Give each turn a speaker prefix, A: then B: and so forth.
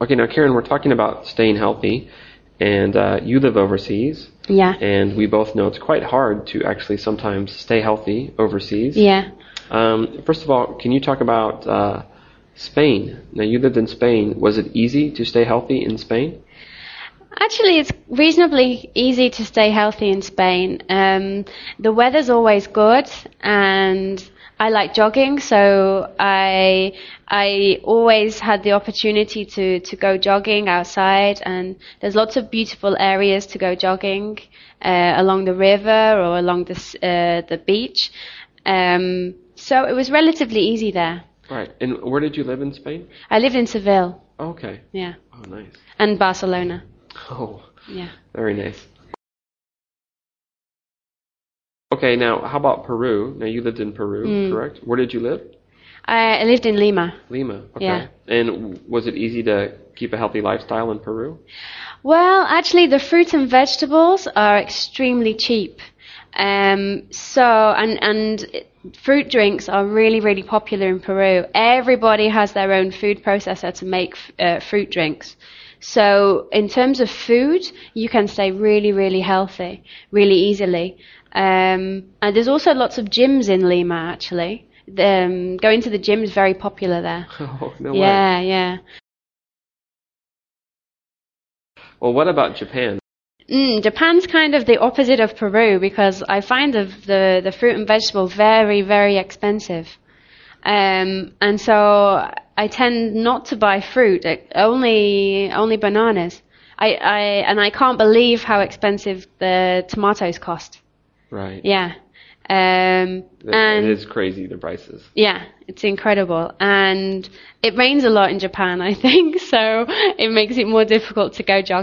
A: okay, now Karen, we're talking about staying healthy, and uh, you live overseas,
B: Yeah.
A: and we both know it's quite hard to actually sometimes stay healthy overseas.
B: Yeah.
A: Um, first of all, can you talk about uh, Spain? Now, you lived in Spain. Was it easy to stay healthy in Spain?
B: Actually, it's reasonably easy to stay healthy in Spain. Um, the weather's always good, and I like jogging, so I I always had the opportunity to to go jogging outside, and there's lots of beautiful areas to go jogging uh, along the river or along the s- uh, the beach. Um, so it was relatively easy there.
A: Right. And where did you live in Spain?
B: I lived in Seville,
A: Okay.
B: yeah,
A: Oh, nice.
B: and Barcelona,
A: Oh,
B: yeah.
A: very nice. Okay, now how about Peru? Now you lived in Peru, correct? Where did you live?
B: I I lived in Lima.
A: Lima. Okay.
B: Yeah.
A: And w- was it easy to keep a healthy lifestyle in Peru?
B: Well, actually, the fruits and vegetables are extremely cheap. Um, so, and and fruit drinks are really, really popular in Peru. Everybody has their own food processor to make uh, fruit drinks. So, in terms of food, you can stay really, really healthy, really easily. Um, and there's also lots of gyms in Lima, actually. The, Um, going to the gym is very popular there.
A: Oh, no way.
B: Yeah, yeah.
A: Well, what about Japan?
B: Mm, Japan's kind of the opposite of Peru because I find the the, the fruit and vegetable very very expensive, um, and so I tend not to buy fruit, eh, only only bananas. I, I and I can't believe how expensive the tomatoes cost.
A: Right.
B: Yeah, um,
A: That-
B: and
A: it is crazy, the prices.
B: yeah, it's incredible. And it rains a lot in Japan, I think, so it makes it more difficult to go jogging.